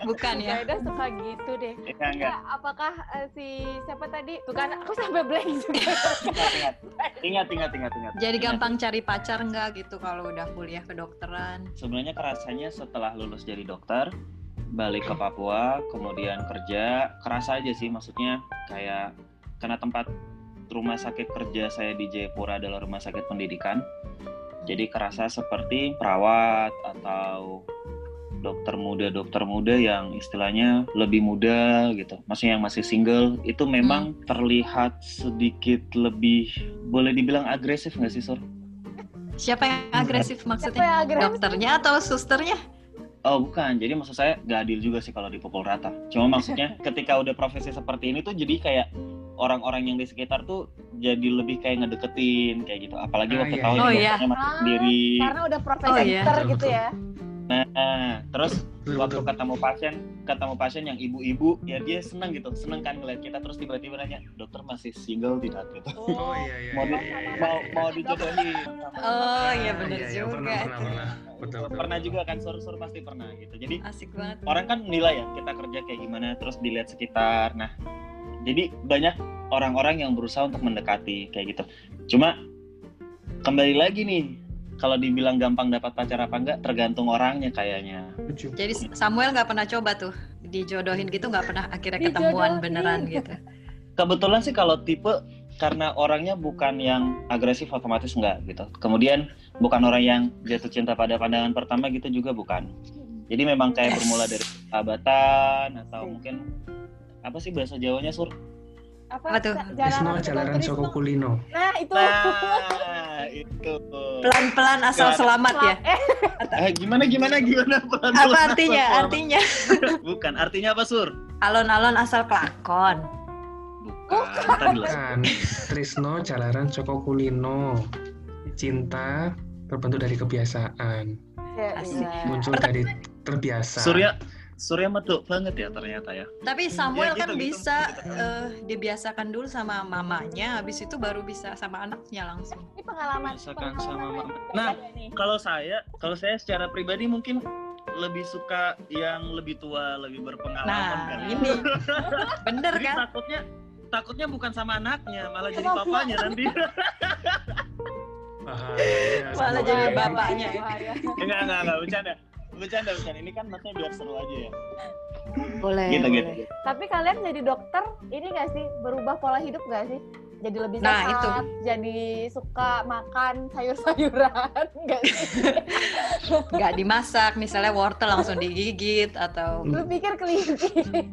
S3: Bukan ya?
S2: Zaidah suka gitu deh
S5: Iya, enggak
S2: Kak, apakah eh, si siapa tadi tuh kan aku sampai blank juga
S5: ingat ingat ingat ingat ingat
S3: Jadi
S5: Ingat.
S3: gampang cari pacar nggak gitu kalau udah kuliah kedokteran?
S5: sebenarnya kerasanya setelah lulus jadi dokter balik ke Papua kemudian kerja kerasa aja sih maksudnya kayak karena tempat rumah sakit kerja saya di Jayapura adalah rumah sakit pendidikan jadi kerasa seperti perawat atau dokter muda dokter muda yang istilahnya lebih muda gitu maksudnya yang masih single itu memang terlihat sedikit lebih boleh dibilang agresif nggak sih Sur?
S3: Siapa yang agresif
S2: siapa
S3: maksudnya?
S2: yang agresif
S3: Dokternya atau susternya?
S5: Oh bukan, jadi maksud saya nggak adil juga sih kalau dipukul rata. Cuma maksudnya ketika udah profesi seperti ini tuh jadi kayak orang-orang yang di sekitar tuh jadi lebih kayak ngedeketin kayak gitu. Apalagi
S4: Ah,
S5: waktu
S4: iya,
S5: tahun
S3: iya. Oh,
S5: ini
S3: iya.
S5: dokternya masih
S2: Ah,
S5: sendiri.
S2: Karena udah profesi
S3: Oh, iya.
S2: dokter
S4: Betul,
S2: gitu
S4: betul.
S2: ya.
S5: Nah, terus
S4: Betul,
S5: waktu kan-
S4: betul.
S5: ketemu pasien, ketemu pasien yang ibu-ibu, ya dia seneng gitu, seneng kan ngeliat kita terus tiba-tiba nanya, dokter masih single tidak gitu.
S4: Oh iya iya iya.
S5: Mau di-
S4: iya, iya,
S5: mau
S4: iya.
S5: mau dijodohin.
S3: Oh, iya,
S4: Ah,
S3: bener
S4: iya,
S3: juga.
S4: Pernah pernah pernah. Betul, betul,
S5: pernah
S4: betul.
S5: juga kan sur-sur pasti pernah gitu. Jadi
S3: Asik banget.
S5: orang kan nilai ya kita kerja kayak gimana terus dilihat sekitar nah jadi banyak orang-orang yang berusaha untuk mendekati kayak gitu cuma kembali lagi nih kalau dibilang gampang dapat pacar apa enggak tergantung orangnya kayaknya
S4: Lucu.
S3: Jadi Samuel nggak pernah coba tuh dijodohin gitu nggak pernah akhirnya
S2: Dijodohin.
S3: ketemuan beneran gitu.
S5: kebetulan sih kalau tipe karena orangnya bukan yang agresif otomatis enggak gitu kemudian bukan orang yang jatuh cinta pada pandangan pertama gitu juga bukan jadi memang kayak
S3: Yes.
S5: bermula dari sahabatan atau
S2: Asik.
S5: mungkin apa sih bahasa Jawanya sur
S2: Apa,
S3: Apa tuh? ya?
S4: Tresno
S2: Jalanan
S4: jalanan
S2: Trisno.
S4: Soko Kulino.
S2: Nah, itu.
S5: nah itu
S3: Pelan-pelan asal
S5: Nggak.
S3: selamat ya.
S2: Eh,
S5: Eh, gimana gimana gimana pelan
S3: Apa artinya? Artinya
S5: bukan artinya apa sur
S3: alon-alon asal pelakon.
S5: bukan Ntar jelasin.
S3: Nah,
S4: Kan Trisno jalanan Soko Kulino. Cinta terbentuk dari kebiasaan,
S2: ya,
S3: Asik.
S2: iya.
S4: muncul dari terbiasa.
S5: surya surya metu banget ya ternyata ya
S3: Tapi Samuel
S5: Ya, gitu,
S3: kan
S5: gitu.
S3: bisa eh, dibiasakan dulu sama mamanya, habis itu baru bisa sama anaknya langsung.
S2: Ini pengalaman.
S5: Misalkan
S2: pengalaman
S5: sama
S2: apa
S5: mama.
S2: yang
S5: Nah.
S2: ada nih?
S5: kalau saya kalau saya secara pribadi mungkin lebih suka yang lebih tua lebih berpengalaman
S3: Nah,
S5: kan
S3: ini bener
S5: jadi
S3: kan?
S5: takutnya takutnya bukan sama anaknya malah jadi
S2: Sama
S5: papanya nanti
S4: Bahaya.
S3: Malah
S4: Semoga
S3: jadi
S4: ya.
S3: bapak. bapaknya.
S2: Bahaya.
S5: enggak enggak enggak bercanda bercanda bercanda ini kan maksudnya biar seru aja ya
S3: Boleh.
S5: gitu gitu
S2: Tapi kalian jadi dokter, ini nggak sih berubah pola hidup nggak sih? Jadi lebih sehat,
S3: Nah, itu.
S2: jadi suka makan sayur-sayuran, nggak sih?
S3: Nggak dimasak, misalnya wortel langsung digigit
S4: Hmm.
S3: atau
S2: Lu pikir kelingking?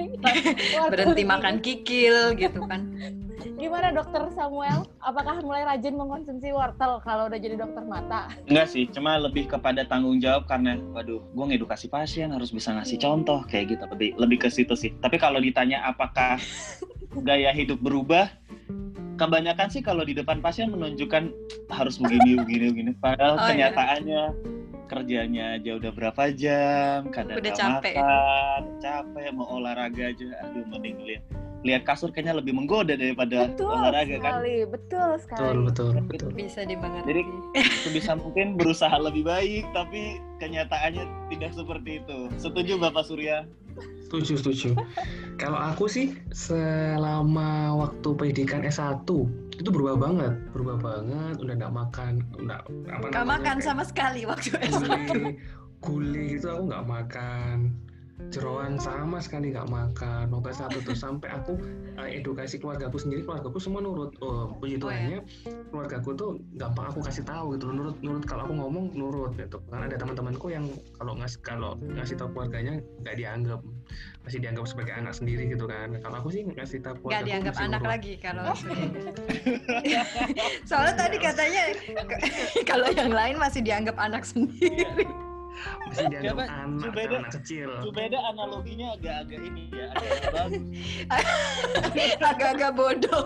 S2: Wah,
S3: berhenti
S2: kelingking.
S3: makan kikil gitu kan?
S2: Gimana dokter Samuel? Apakah mulai rajin mengkonsumsi wortel kalau udah jadi dokter mata?
S5: Enggak sih, cuma lebih kepada tanggung jawab karena waduh, gue ngedukasi pasien harus bisa ngasih contoh kayak gitu. Lebih lebih ke situ sih. Tapi kalau ditanya apakah gaya hidup berubah, kebanyakan sih kalau di depan pasien menunjukkan harus begini begini begini.
S3: Oh,
S5: Padahal
S3: iya.
S5: kenyataannya kerjanya aja udah berapa jam, kadang
S3: Udah
S5: nggak
S3: capek.
S5: makan, capek mau olahraga aja, aduh mending lihat lihat kasur kayaknya lebih menggoda daripada
S2: Betul
S5: olahraga kan.
S2: sekali, betul sekali.
S4: Betul betul betul.
S3: Bisa Eh, dimengerti.
S5: Jadi- sebisa mungkin berusaha lebih baik tapi kenyataannya tidak seperti itu setuju bapak Surya
S4: Setuju, setuju. Kalau aku sih selama waktu pendidikan S1 itu berubah banget, berubah banget. Udah nggak makan, nggak apa
S3: Nggak makan sama sekali waktu
S5: Iya.
S3: itu.
S4: gulai, gulai gitu aku nggak makan. Jeroan sama sekali nggak makan. Noga satu tuh sampai aku eh, edukasi keluargaku sendiri, keluargaku semua nurut. Oh, puji
S3: Oh,
S4: Tuhannya, keluargaku tuh gampang aku kasih tahu gitu. Nurut, nurut kalau aku ngomong nurut gitu. Karena ada teman-temanku yang kalau ngas kalau ngasih tahu keluarganya nggak dianggap masih dianggap sebagai anak sendiri gitu kan. Kalau aku sih ngasih tahu
S3: Nggak
S4: keluargaku
S3: dianggap
S4: masih
S3: anak
S4: nurut.
S3: lagi kalau Surya. Eh, Soalnya tadi katanya kalau yang lain masih dianggap anak sendiri.
S4: Masih dianggap
S5: Coba-
S4: anak,
S5: coba deh.
S4: anak kecil.
S5: itu beda analoginya agak-agak ini ya agak bagus
S3: Iya. agak-agak bodoh.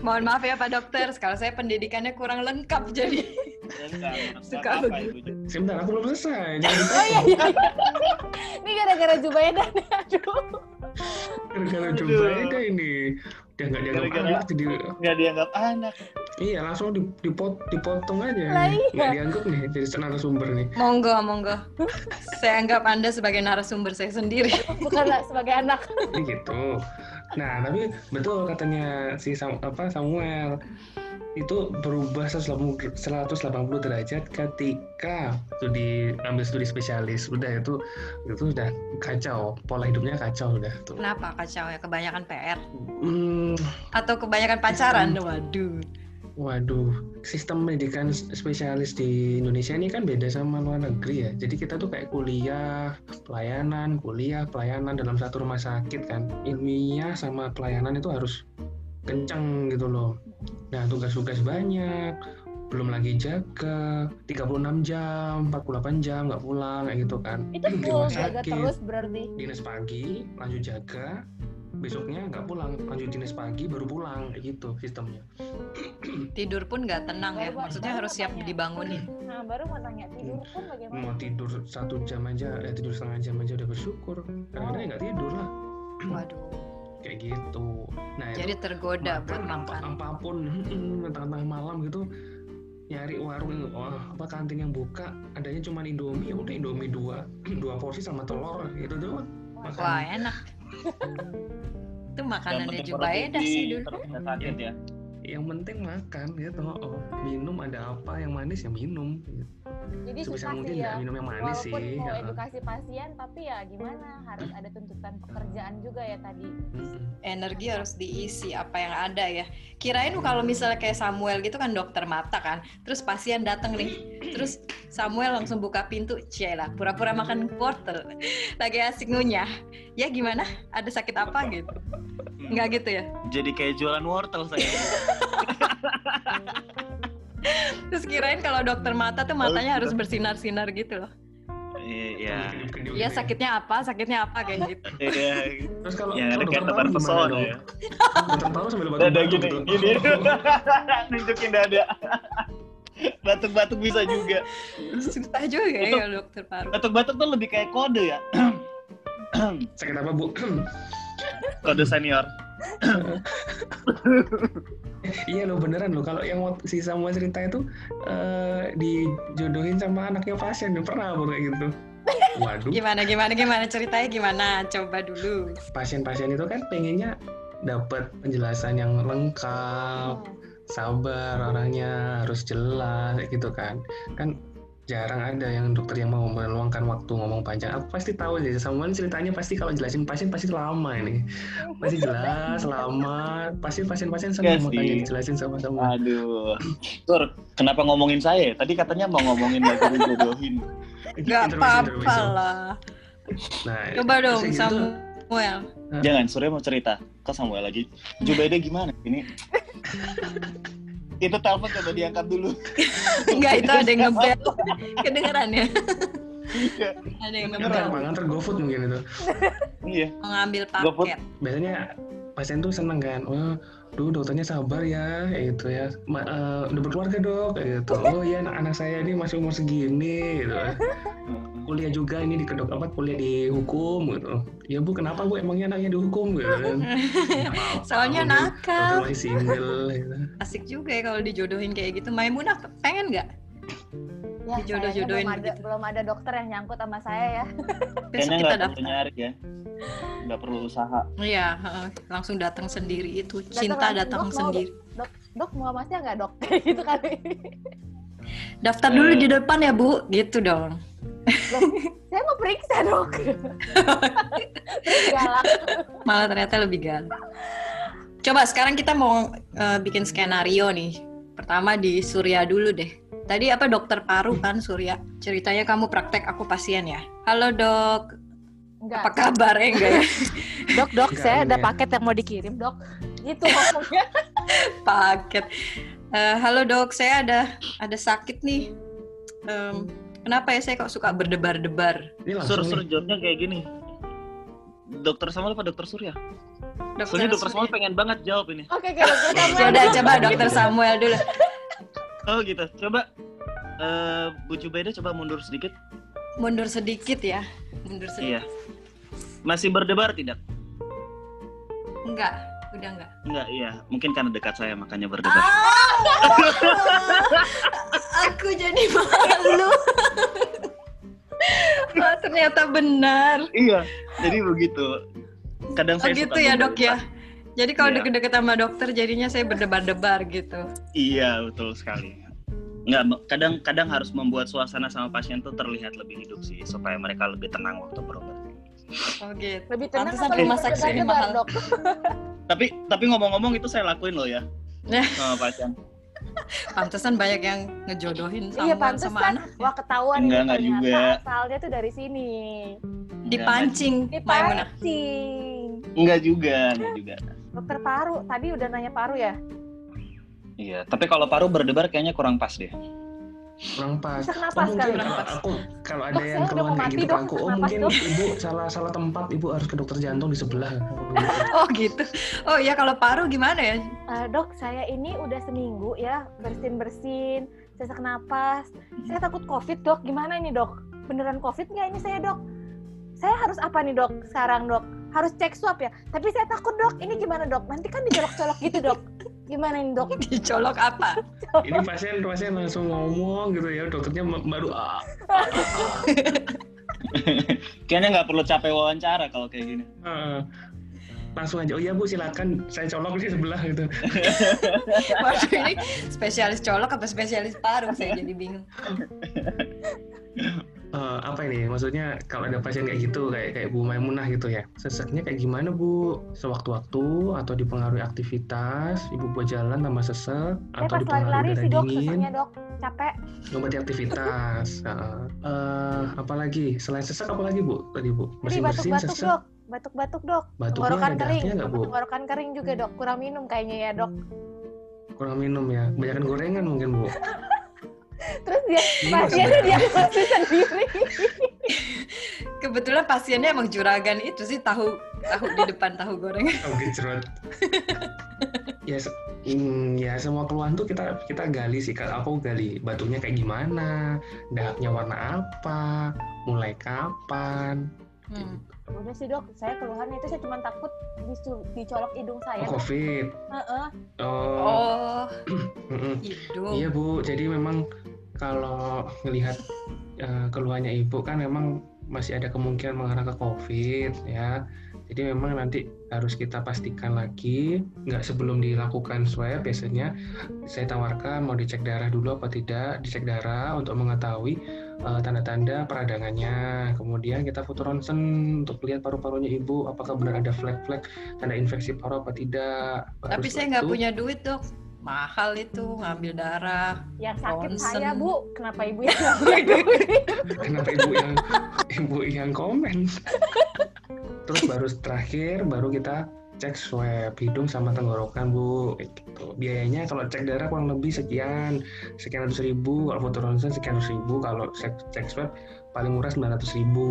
S3: Mohon maaf ya Pak Dokter, kalau saya pendidikannya kurang lengkap jadi.
S5: Ya, enggak, enggak
S3: Suka
S5: apa-apa itu
S4: Sebentar, aku belum selesai. Jangan
S2: Oh iya, iya. Ini gara-gara Jubaida nih, aduh.
S4: gara-gara
S5: Aduh.
S4: jumpa Eda ini udah nggak dianggap
S5: Gara-gara-
S4: anak jadi
S5: nggak dianggap "Ah, anak
S4: iya langsung di- dipot, dipotong
S2: Lah,
S4: aja
S2: iya.
S4: nggak dianggap nih jadi narasumber nih
S3: Monggo, monggo. Saya anggap Anda sebagai narasumber saya sendiri.
S2: Bukan lah, sebagai anak.
S4: Jadi gitu nah tapi betul katanya si Sam- apa Samuel itu berubah 180 180 derajat ketika studi ambil studi spesialis udah itu itu udah kacau pola hidupnya kacau udah tuh
S2: Nah.
S3: Kenapa kacau ya? Kebanyakan PR
S4: Hmm,
S3: atau kebanyakan pacaran? Waduh.
S4: Waduh, sistem pendidikan spesialis di Indonesia ini kan beda sama luar negeri ya. Jadi kita tuh kayak kuliah, pelayanan, kuliah, pelayanan dalam satu rumah sakit kan. Ilmiah sama pelayanan itu harus kenceng gitu loh. Nah, tugas-tugas banyak, belum lagi jaga 36 jam, 48 jam nggak pulang kayak gitu kan.
S2: Itu
S4: Di
S2: full
S4: rumah
S2: jaga
S4: sakit,
S2: terus berarti.
S4: dinas pagi, lanjut jaga, besoknya nggak pulang lanjut dinas pagi baru pulang kayak gitu sistemnya
S3: Tidur pun nggak tenang ya.
S2: Baru-
S3: Maksudnya
S2: baru
S3: harus siap
S2: apanya?
S3: dibangunin.
S2: Nah, baru mau tanya tidur
S4: Hmm.
S2: pun bagaimana?
S4: mau tidur satu jam aja eh, tidur setengah jam aja udah bersyukur kadang-kadang ya nggak tidur lah
S3: Waduh.
S4: kayak gitu nah itu
S3: Jadi tergoda buat
S4: apa-
S3: makan.
S4: apapun mm, tengah-tengah malam gitu nyari warung wah, apa kantin yang buka adanya cuma indomie ya udah indomie dua dua porsi sama telur itu doang
S3: Wah
S4: makan
S3: enak. Itu makanannya
S5: penting
S3: Jubaida sih
S5: produktif,
S3: dulu.
S5: terus nggak sakit ya.
S4: yang penting makan gitu oh, minum ada apa yang manis ya minum gitu.
S2: Jadi
S4: sebisa
S2: susah
S4: mungkin
S2: sih
S4: nggak
S2: ya.
S4: minum yang manis
S2: Walaupun
S4: sih
S2: mau
S4: ya.
S2: edukasi pasien, tapi ya gimana harus ada tuntutan pekerjaan juga ya tadi.
S4: Mm-mm.
S3: Energi harus diisi apa yang ada ya. Kirain kalau misalnya kayak Samuel gitu kan dokter mata kan. Terus pasien datang nih. Terus Samuel langsung buka pintu. Cielah, pura-pura makan wortel. Lagi asik ngunyah. Ya gimana? Ada sakit apa gitu? Nggak gitu ya?
S5: Jadi kayak jualan wortel saya.
S3: Terus kirain kalau dokter mata tuh matanya harus bersinar-sinar gitu loh.
S5: Iya.
S4: Kedip-kedip
S3: Ya
S4: gitu
S3: sakitnya apa, sakitnya apa kayak gitu.
S5: Iya.
S4: terus kalau
S5: Yang ada
S4: kalau
S5: kayak
S4: dokter
S5: tebar
S4: paru gimana
S5: pesona
S4: dong?
S5: ya.
S4: Dokter paru sambil
S5: Dada
S4: batuk-batuk gitu.
S5: gini, gini. Nunjukin dada. Batuk-batuk bisa juga.
S3: Susah juga ya dokter paru.
S5: Batuk-batuk tuh lebih kayak kode ya.
S4: sakit apa bu
S5: Kode senior.
S4: Iya lo beneran lo kalau yang waktu si Samuel cerita itu eh, dijodohin sama anaknya pasien yang pernah aku kayak gitu. Waduh,
S3: Gimana, gimana, gimana ceritanya gimana? Coba dulu.
S4: pasien-pasien itu kan pengennya dapat penjelasan yang lengkap,
S2: Hmm.
S4: sabar orangnya harus jelas kayak gitu kan. Kan jarang ada yang dokter yang mau meluangkan waktu ngomong panjang. Aku pasti tahu aja Samuel ceritanya pasti kalau jelasin pasien pasti lama ini. Pasti jelas, lama. Pasti pasien-pasien senang
S5: Nggak sih.
S4: makanya dijelasin sama Samuel.
S5: Aduh. Tur, kenapa ngomongin saya? Tadi katanya mau ngomongin lagi dijodohin.
S3: Gak
S4: Intermezzo,
S3: apa-apa
S4: intermezzo.
S3: lah.
S4: Nah,
S3: Coba dong
S4: terus kayak gitu tuh,
S3: Samuel.
S5: Jangan, Surya mau cerita. Kok Samuel lagi? Jubaida gimana ini? Itu telepon coba diangkat dulu.
S3: Enggak, itu ada yang ngebel. Kedengeran ya?
S5: Iya.
S3: Ada yang
S4: ntar
S3: ngebel.
S4: Bang, ntar GoFood mungkin itu.
S5: Iya.
S3: Mengambil
S5: Gua
S3: paket.
S4: Biasanya pasien tuh seneng kan, wah, duh dokternya sabar ya, kayak gitu ya. Ma- eh, udah berkeluarga dok, kayak gitu. Oh iya, anak, anak saya ini masih umur segini, gitu. Kuliah juga ini di kedok apa? Kuliah di hukum, gitu. Ya bu, kenapa bu emangnya anaknya dihukum, gitu kan? Apa-apa,
S3: Soalnya
S4: bu,
S3: nakal.
S4: dokter masih single, gitu.
S3: Asik juga ya kalau dijodohin kayak gitu. Maimunah pengen nggak?
S2: Ya, kayaknya
S3: Dijodoh-jodohin
S2: belum ada,
S4: gitu.
S3: begitu.
S2: belum ada dokter yang nyangkut sama saya ya.
S3: Besok
S5: Kayaknya
S3: kita
S5: nggak perlu
S3: daftar.
S5: nyari ya. Nggak perlu usaha.
S3: Iya, heeh. langsung datang sendiri itu.
S2: Datang
S3: Cinta
S2: langsung,
S3: datang
S2: Dok, mau-
S3: sendiri.
S2: Dok, mau sama saya nggak dok? Kayak gitu kali.
S3: Daftar dulu
S5: Eh.
S3: di depan ya, Bu. Gitu dong.
S2: Saya mau periksa dok.
S3: Iya.
S2: Terus galak.
S3: Malah ternyata lebih galak. Coba sekarang kita mau eh, bikin skenario nih. Pertama di Surya dulu deh. Tadi apa dokter paru kan Surya? Ceritanya kamu praktek aku pasien ya. Halo dok,
S2: Enggak.
S3: apa kabar ya enggak ya?
S2: Dok, dok,
S4: Enggak,
S2: saya ada
S4: enggak.
S2: paket yang mau dikirim dok. Gitu ngomongnya.
S3: Paket. Eh, halo dok, saya ada ada sakit nih. Em, kenapa ya saya kok suka berdebar-debar?
S4: Ini
S5: Sur,
S4: langsung
S5: sur,
S4: nih.
S5: jawabnya kayak gini. Dokter Samuel apa dokter Surya?
S3: Dokter
S5: Soalnya dokter Samuel kan?
S3: Surya.
S5: pengen banget jawab ini.
S2: Oke, oke, dokter
S3: Ya
S2: Samuel.
S3: udah coba dokter Samuel dulu.
S5: Oh gitu. Coba eh Bu Jubaida coba mundur sedikit.
S3: Mundur sedikit ya. Mundur sedikit.
S5: Iya. Masih berdebar tidak? Iya.
S3: Enggak, udah enggak.
S5: Enggak, iya. Mungkin karena dekat saya makanya berdebar.
S3: Ah, aku jadi malu. Ah, ternyata benar.
S5: Iya. Jadi begitu.
S3: Oh
S5: Kadang saya
S3: gitu
S5: suka
S3: ya dok
S5: berdebar.
S3: ya. Jadi kalau
S5: Iya.
S3: deket-deket sama dokter jadinya saya berdebar-debar gitu.
S5: Iya, betul sekali. Enggak, kadang-kadang harus membuat suasana sama pasien tuh terlihat lebih hidup sih supaya mereka lebih tenang waktu berobat.
S3: Oh gitu.
S2: Lebih tenang
S3: Pantesan
S2: apa
S3: rumah
S2: lebih
S3: sakit ini
S2: berdebar,
S3: mahal.
S2: dok?
S5: Tapi tapi ngomong-ngomong itu saya lakuin loh ya.
S3: Ya.
S5: Sama pasien.
S3: Pantesan banyak yang ngejodohin
S2: Iya,
S3: Samuel sama
S2: pantesan.
S3: anak. ya.
S2: Wah, ketahuan
S5: Enggak,
S2: nih
S5: enggak
S2: ternyata
S5: juga.
S2: asalnya tuh dari sini.
S3: Dipancing,
S2: Iya,
S3: Maimunah.
S2: Dipancing.
S5: Enggak juga, enggak juga.
S2: Dokter paru, tadi udah nanya paru ya?
S5: Iya, tapi kalau paru berdebar kayaknya kurang pas deh.
S4: kurang pas.
S2: Sesak
S4: Oh,
S2: napas
S4: mungkin
S2: kali.
S4: kalau
S3: Napas.
S4: aku kalau ada
S2: Dok,
S4: yang
S2: saya udah
S4: keluhan
S2: mau
S4: kayak
S2: mati,
S4: gitu
S2: dok.
S4: ke aku, oh
S2: Napas,
S4: mungkin
S2: dok.
S4: ibu salah salah tempat, ibu harus ke dokter jantung di sebelah.
S3: Oh gitu. Oh iya kalau paru gimana ya?
S2: "Eh, dok saya ini udah seminggu ya bersin bersin sesak napas saya takut covid dok gimana ini dok beneran covid nggak ini saya dok saya harus apa nih dok sekarang dok harus cek swab ya tapi saya takut dok ini gimana dok nanti kan dicolok-colok gitu dok gimana ini dok
S3: Dicolok apa?
S4: Ini pasien pasien langsung ngomong gitu ya, dokternya ma- baru ah,
S5: Kayaknya nggak perlu capek wawancara kalau kayak gini.
S4: ah. langsung aja oh iya bu silakan saya colok di sebelah gitu.
S3: Waduh ini spesialis colok apa spesialis paru? Saya jadi bingung.
S4: Eh, apa ini maksudnya kalau ada pasien kayak gitu kayak kayak Bu Maimunah gitu ya seseknya kayak gimana Bu sewaktu-waktu atau dipengaruhi aktivitas ibu buat jalan tambah sesek
S2: saya
S4: atau
S2: Eh, pas
S4: dipengaruhi
S2: lari-lari
S4: udara
S2: sih dok
S4: dingin
S2: sesaknya dok capek
S4: ngobati aktivitas Heeh. Eh, apalagi selain sesek apalagi Bu tadi Bu
S2: Jadi
S4: bersin-bersin
S2: batuk-batuk dok, batuk-batuk dok,
S4: batuknya
S2: tenggorokan
S4: ada
S2: kering,
S4: artinya nggak Bu
S2: tenggorokan kering juga dok, kurang minum kayaknya ya dok.
S4: kurang minum ya kebanyakan gorengan mungkin Bu
S2: Terus dia
S4: Ini
S2: pasiennya
S4: maksudnya-
S2: dia sendiri.
S3: Kebetulan pasiennya emang juragan itu sih tahu tahu di depan tahu goreng.
S4: Oh, gejrot. ya, se- mm, ya semua keluhan tuh kita kita gali sih. Kalau aku gali batunya kayak gimana, dahaknya warna apa, mulai kapan,
S5: Gitu.
S3: Hmm.
S2: Udah sih dok, saya keluhan itu saya cuma takut disu- dicolok hidung saya.
S4: oh, covid.
S2: Heeh.
S4: Oh,
S3: Oh,
S4: mm-mm.
S3: hidung.
S4: iya bu. Jadi memang kalau melihat keluarnya ibu kan memang masih ada kemungkinan mengarah ke covid ya. Jadi memang nanti harus kita pastikan lagi, nggak sebelum dilakukan swab biasanya saya tawarkan mau dicek darah dulu apa tidak, dicek darah untuk mengetahui eh, tanda-tanda peradangannya. Kemudian kita foto ronsen untuk lihat paru-parunya ibu apakah benar ada flek-flek tanda infeksi paru apa tidak.
S3: Tapi
S4: Baru
S3: saya
S4: setelah
S3: nggak
S4: itu-
S3: punya duit dok. Mahal itu ngambil darah.
S2: Yang Ya, sakit
S3: Ronsen.
S2: saya bu, kenapa ibu yang sakit?
S4: Kenapa ibu yang ibu yang komen? Terus baru terakhir baru kita cek swab hidung sama tenggorokan bu Kayak gitu. biayanya kalau cek darah kurang lebih sekian sekian ratus ribu kalau foto ronsen sekian ratus ribu kalau cek, cek swab paling murah sembilan ratus ribu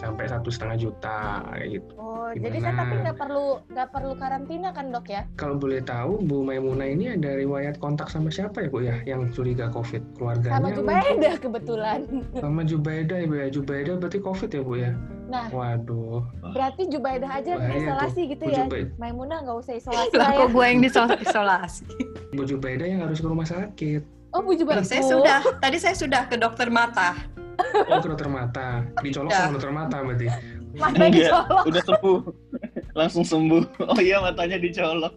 S4: sampai satu setengah juta kayak gitu
S2: Oh, jadi saya
S4: Gimana?
S2: tapi nggak perlu nggak perlu karantina kan dok ya?
S4: kalau boleh tahu Bu Maimunah ini ada riwayat kontak sama siapa ya Bu ya yang curiga COVID keluarganya
S2: Sama Jubaida kebetulan.
S4: sama Jubaida ya Bu ya Jubaida berarti COVID ya Bu ya
S2: Nah,
S4: waduh
S2: berarti Jubaida aja yang
S4: Bahaya
S2: isolasi gitu
S4: Bu
S2: ya?
S4: Jubaida
S2: Maimunah nggak usah isolasi
S3: Lah
S2: lah ya.
S3: kok gue yang diisolasi?
S4: Bu Jubaida yang harus ke rumah sakit.
S2: Oh Bu Jubaida.
S3: Loh,
S2: Bu.
S3: saya
S4: Iya.
S3: sudah. Tadi saya sudah ke dokter mata.
S4: Oh, ke dokter mata. Dicolok
S3: Ya.
S2: Iya.
S4: sama dokter mata berarti.
S2: Mana
S5: Enggak.
S2: dicolok?
S5: Udah sembuh. Langsung sembuh. Oh iya matanya dicolok.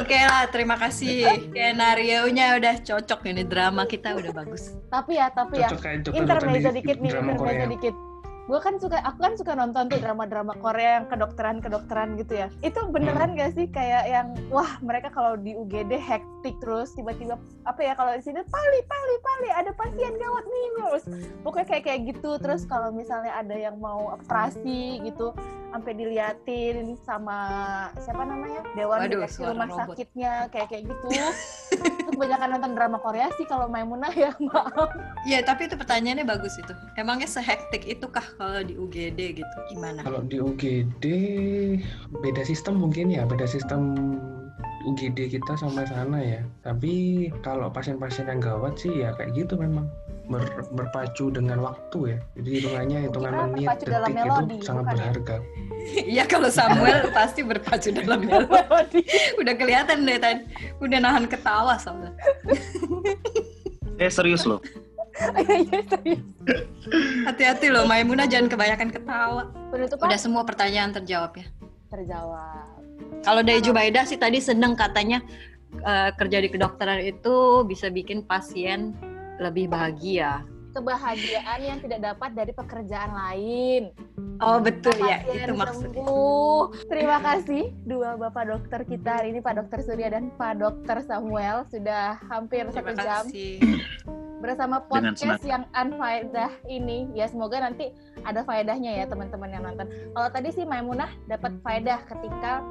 S3: Oke lah, terima kasih. Skenario-nya udah cocok ini drama kita udah bagus.
S2: Tapi ya, tapi ya.
S4: Cocok kayak dokter-dokter
S2: intermezzo
S4: di
S2: dikit nih,
S4: drama
S2: intermezzo
S4: Korea.
S2: dikit. Gue kan suka, aku kan suka nonton tuh drama-drama Korea yang kedokteran-kedokteran gitu ya. Itu
S4: Hmm.
S2: beneran gak sih kayak yang, wah mereka kalau di UGD hektik terus tiba-tiba apa ya kalau di sini pali pali pali ada pasien gawat nih terus pokoknya kayak kayak gitu terus kalau misalnya ada yang mau operasi gitu sampai diliatin sama siapa namanya dewan
S3: Waduh,
S2: direksi
S3: suara
S2: rumah
S3: robot.
S2: sakitnya kayak kayak gitu Itu kebanyakan nonton drama Korea sih kalau Maimunah ya maaf
S3: Iya, tapi itu pertanyaannya bagus itu. Emangnya sehektik itukah kalau di UGD gitu? Gimana?
S4: Kalau di UGD beda sistem mungkin ya, beda sistem UGD kita sama sana ya. Tapi kalau pasien-pasien yang gawat sih ya kayak gitu memang Ber- berpacu dengan waktu ya. Jadi hitungannya hitungan
S2: Kira
S4: menit,
S2: berpacu dalam
S4: detik
S2: melodi,
S4: itu sangat
S2: bukan ya?
S4: berharga.
S3: Iya, kalau Samuel pasti berpacu dalam melodi. Udah kelihatan deh tadi. Udah nahan ketawa Samuel.
S5: Eh serius loh.
S2: Iya, iya,
S3: Gitu.
S2: serius.
S3: Hati-hati loh, Maimunah jangan kebanyakan ketawa.
S2: Penutupan
S3: Udah semua pertanyaan terjawab ya.
S2: terjawab.
S3: Kalau dari Jubaida sih tadi seneng katanya eh, kerja di kedokteran itu bisa bikin pasien lebih bahagia.
S2: Kebahagiaan yang tidak dapat dari pekerjaan lain.
S3: Oh betul ya,
S2: Pasien
S3: itu maksudnya.
S2: sembuh. Terima kasih dua bapak dokter kita hari ini Pak Dokter Surya dan Pak Dokter Samuel sudah hampir satu
S3: Terima
S2: jam
S3: kasih.
S2: bersama
S5: Dengan
S2: podcast yang unfaedah ini. Ya semoga nanti ada faedahnya ya teman-teman yang nonton. Kalau tadi sih Maimunah dapat faedah ketika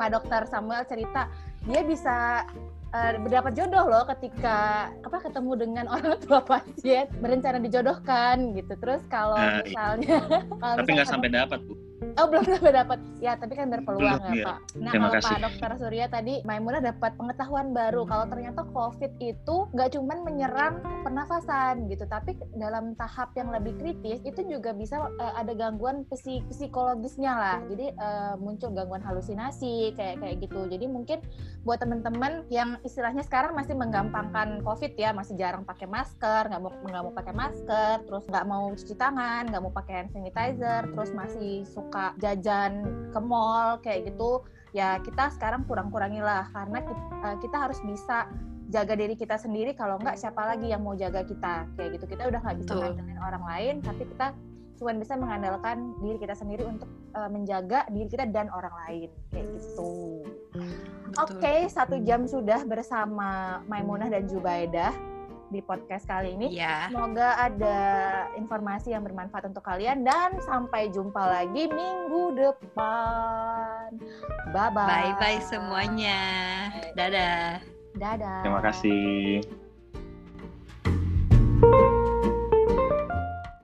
S2: Pak Dokter Samuel cerita dia bisa eh, berdapat jodoh loh ketika apa ketemu dengan orang tua pasien berencana dijodohkan gitu terus kalau
S5: Nah, iya.
S2: misalnya kalau
S5: Tapi
S2: misalnya
S5: nggak sampai dapat bu.
S2: Oh belum dapat dapat. Ya tapi kan berpeluang ya
S5: Belum, iya.
S2: Pak. Nah
S5: Terima
S2: kalau Pak
S5: kasih.
S2: Dokter Surya tadi Maimunah dapat pengetahuan baru kalau ternyata COVID itu nggak cuman menyerang pernafasan gitu, tapi dalam tahap yang lebih kritis itu juga bisa eh, ada gangguan psi- psikologisnya lah. Jadi eh, muncul gangguan halusinasi kayak kayak gitu. Jadi mungkin buat teman-teman yang istilahnya sekarang masih menggampangkan COVID ya, masih jarang pakai masker, nggak mau nggak mau pakai masker, terus nggak mau cuci tangan, nggak mau pakai hand sanitizer, terus masih suka jajan ke mall kayak gitu, ya kita sekarang kurang-kurangilah karena ki- eh, kita harus bisa jaga diri kita sendiri kalau nggak siapa lagi yang mau jaga kita kayak gitu kita udah nggak bisa
S3: Betul.
S2: ngandalin orang lain tapi kita cuma bisa mengandalkan diri kita sendiri untuk eh, menjaga diri kita dan orang lain kayak gitu. Oke, satu jam sudah bersama Maimunah dan Jubaidah di podcast kali ini.
S3: Ya,
S2: Semoga ada informasi yang bermanfaat untuk kalian dan sampai jumpa lagi minggu depan. Bye bye.
S3: Ah. bye bye semuanya. Dadah.
S2: Dadah.
S5: Terima kasih.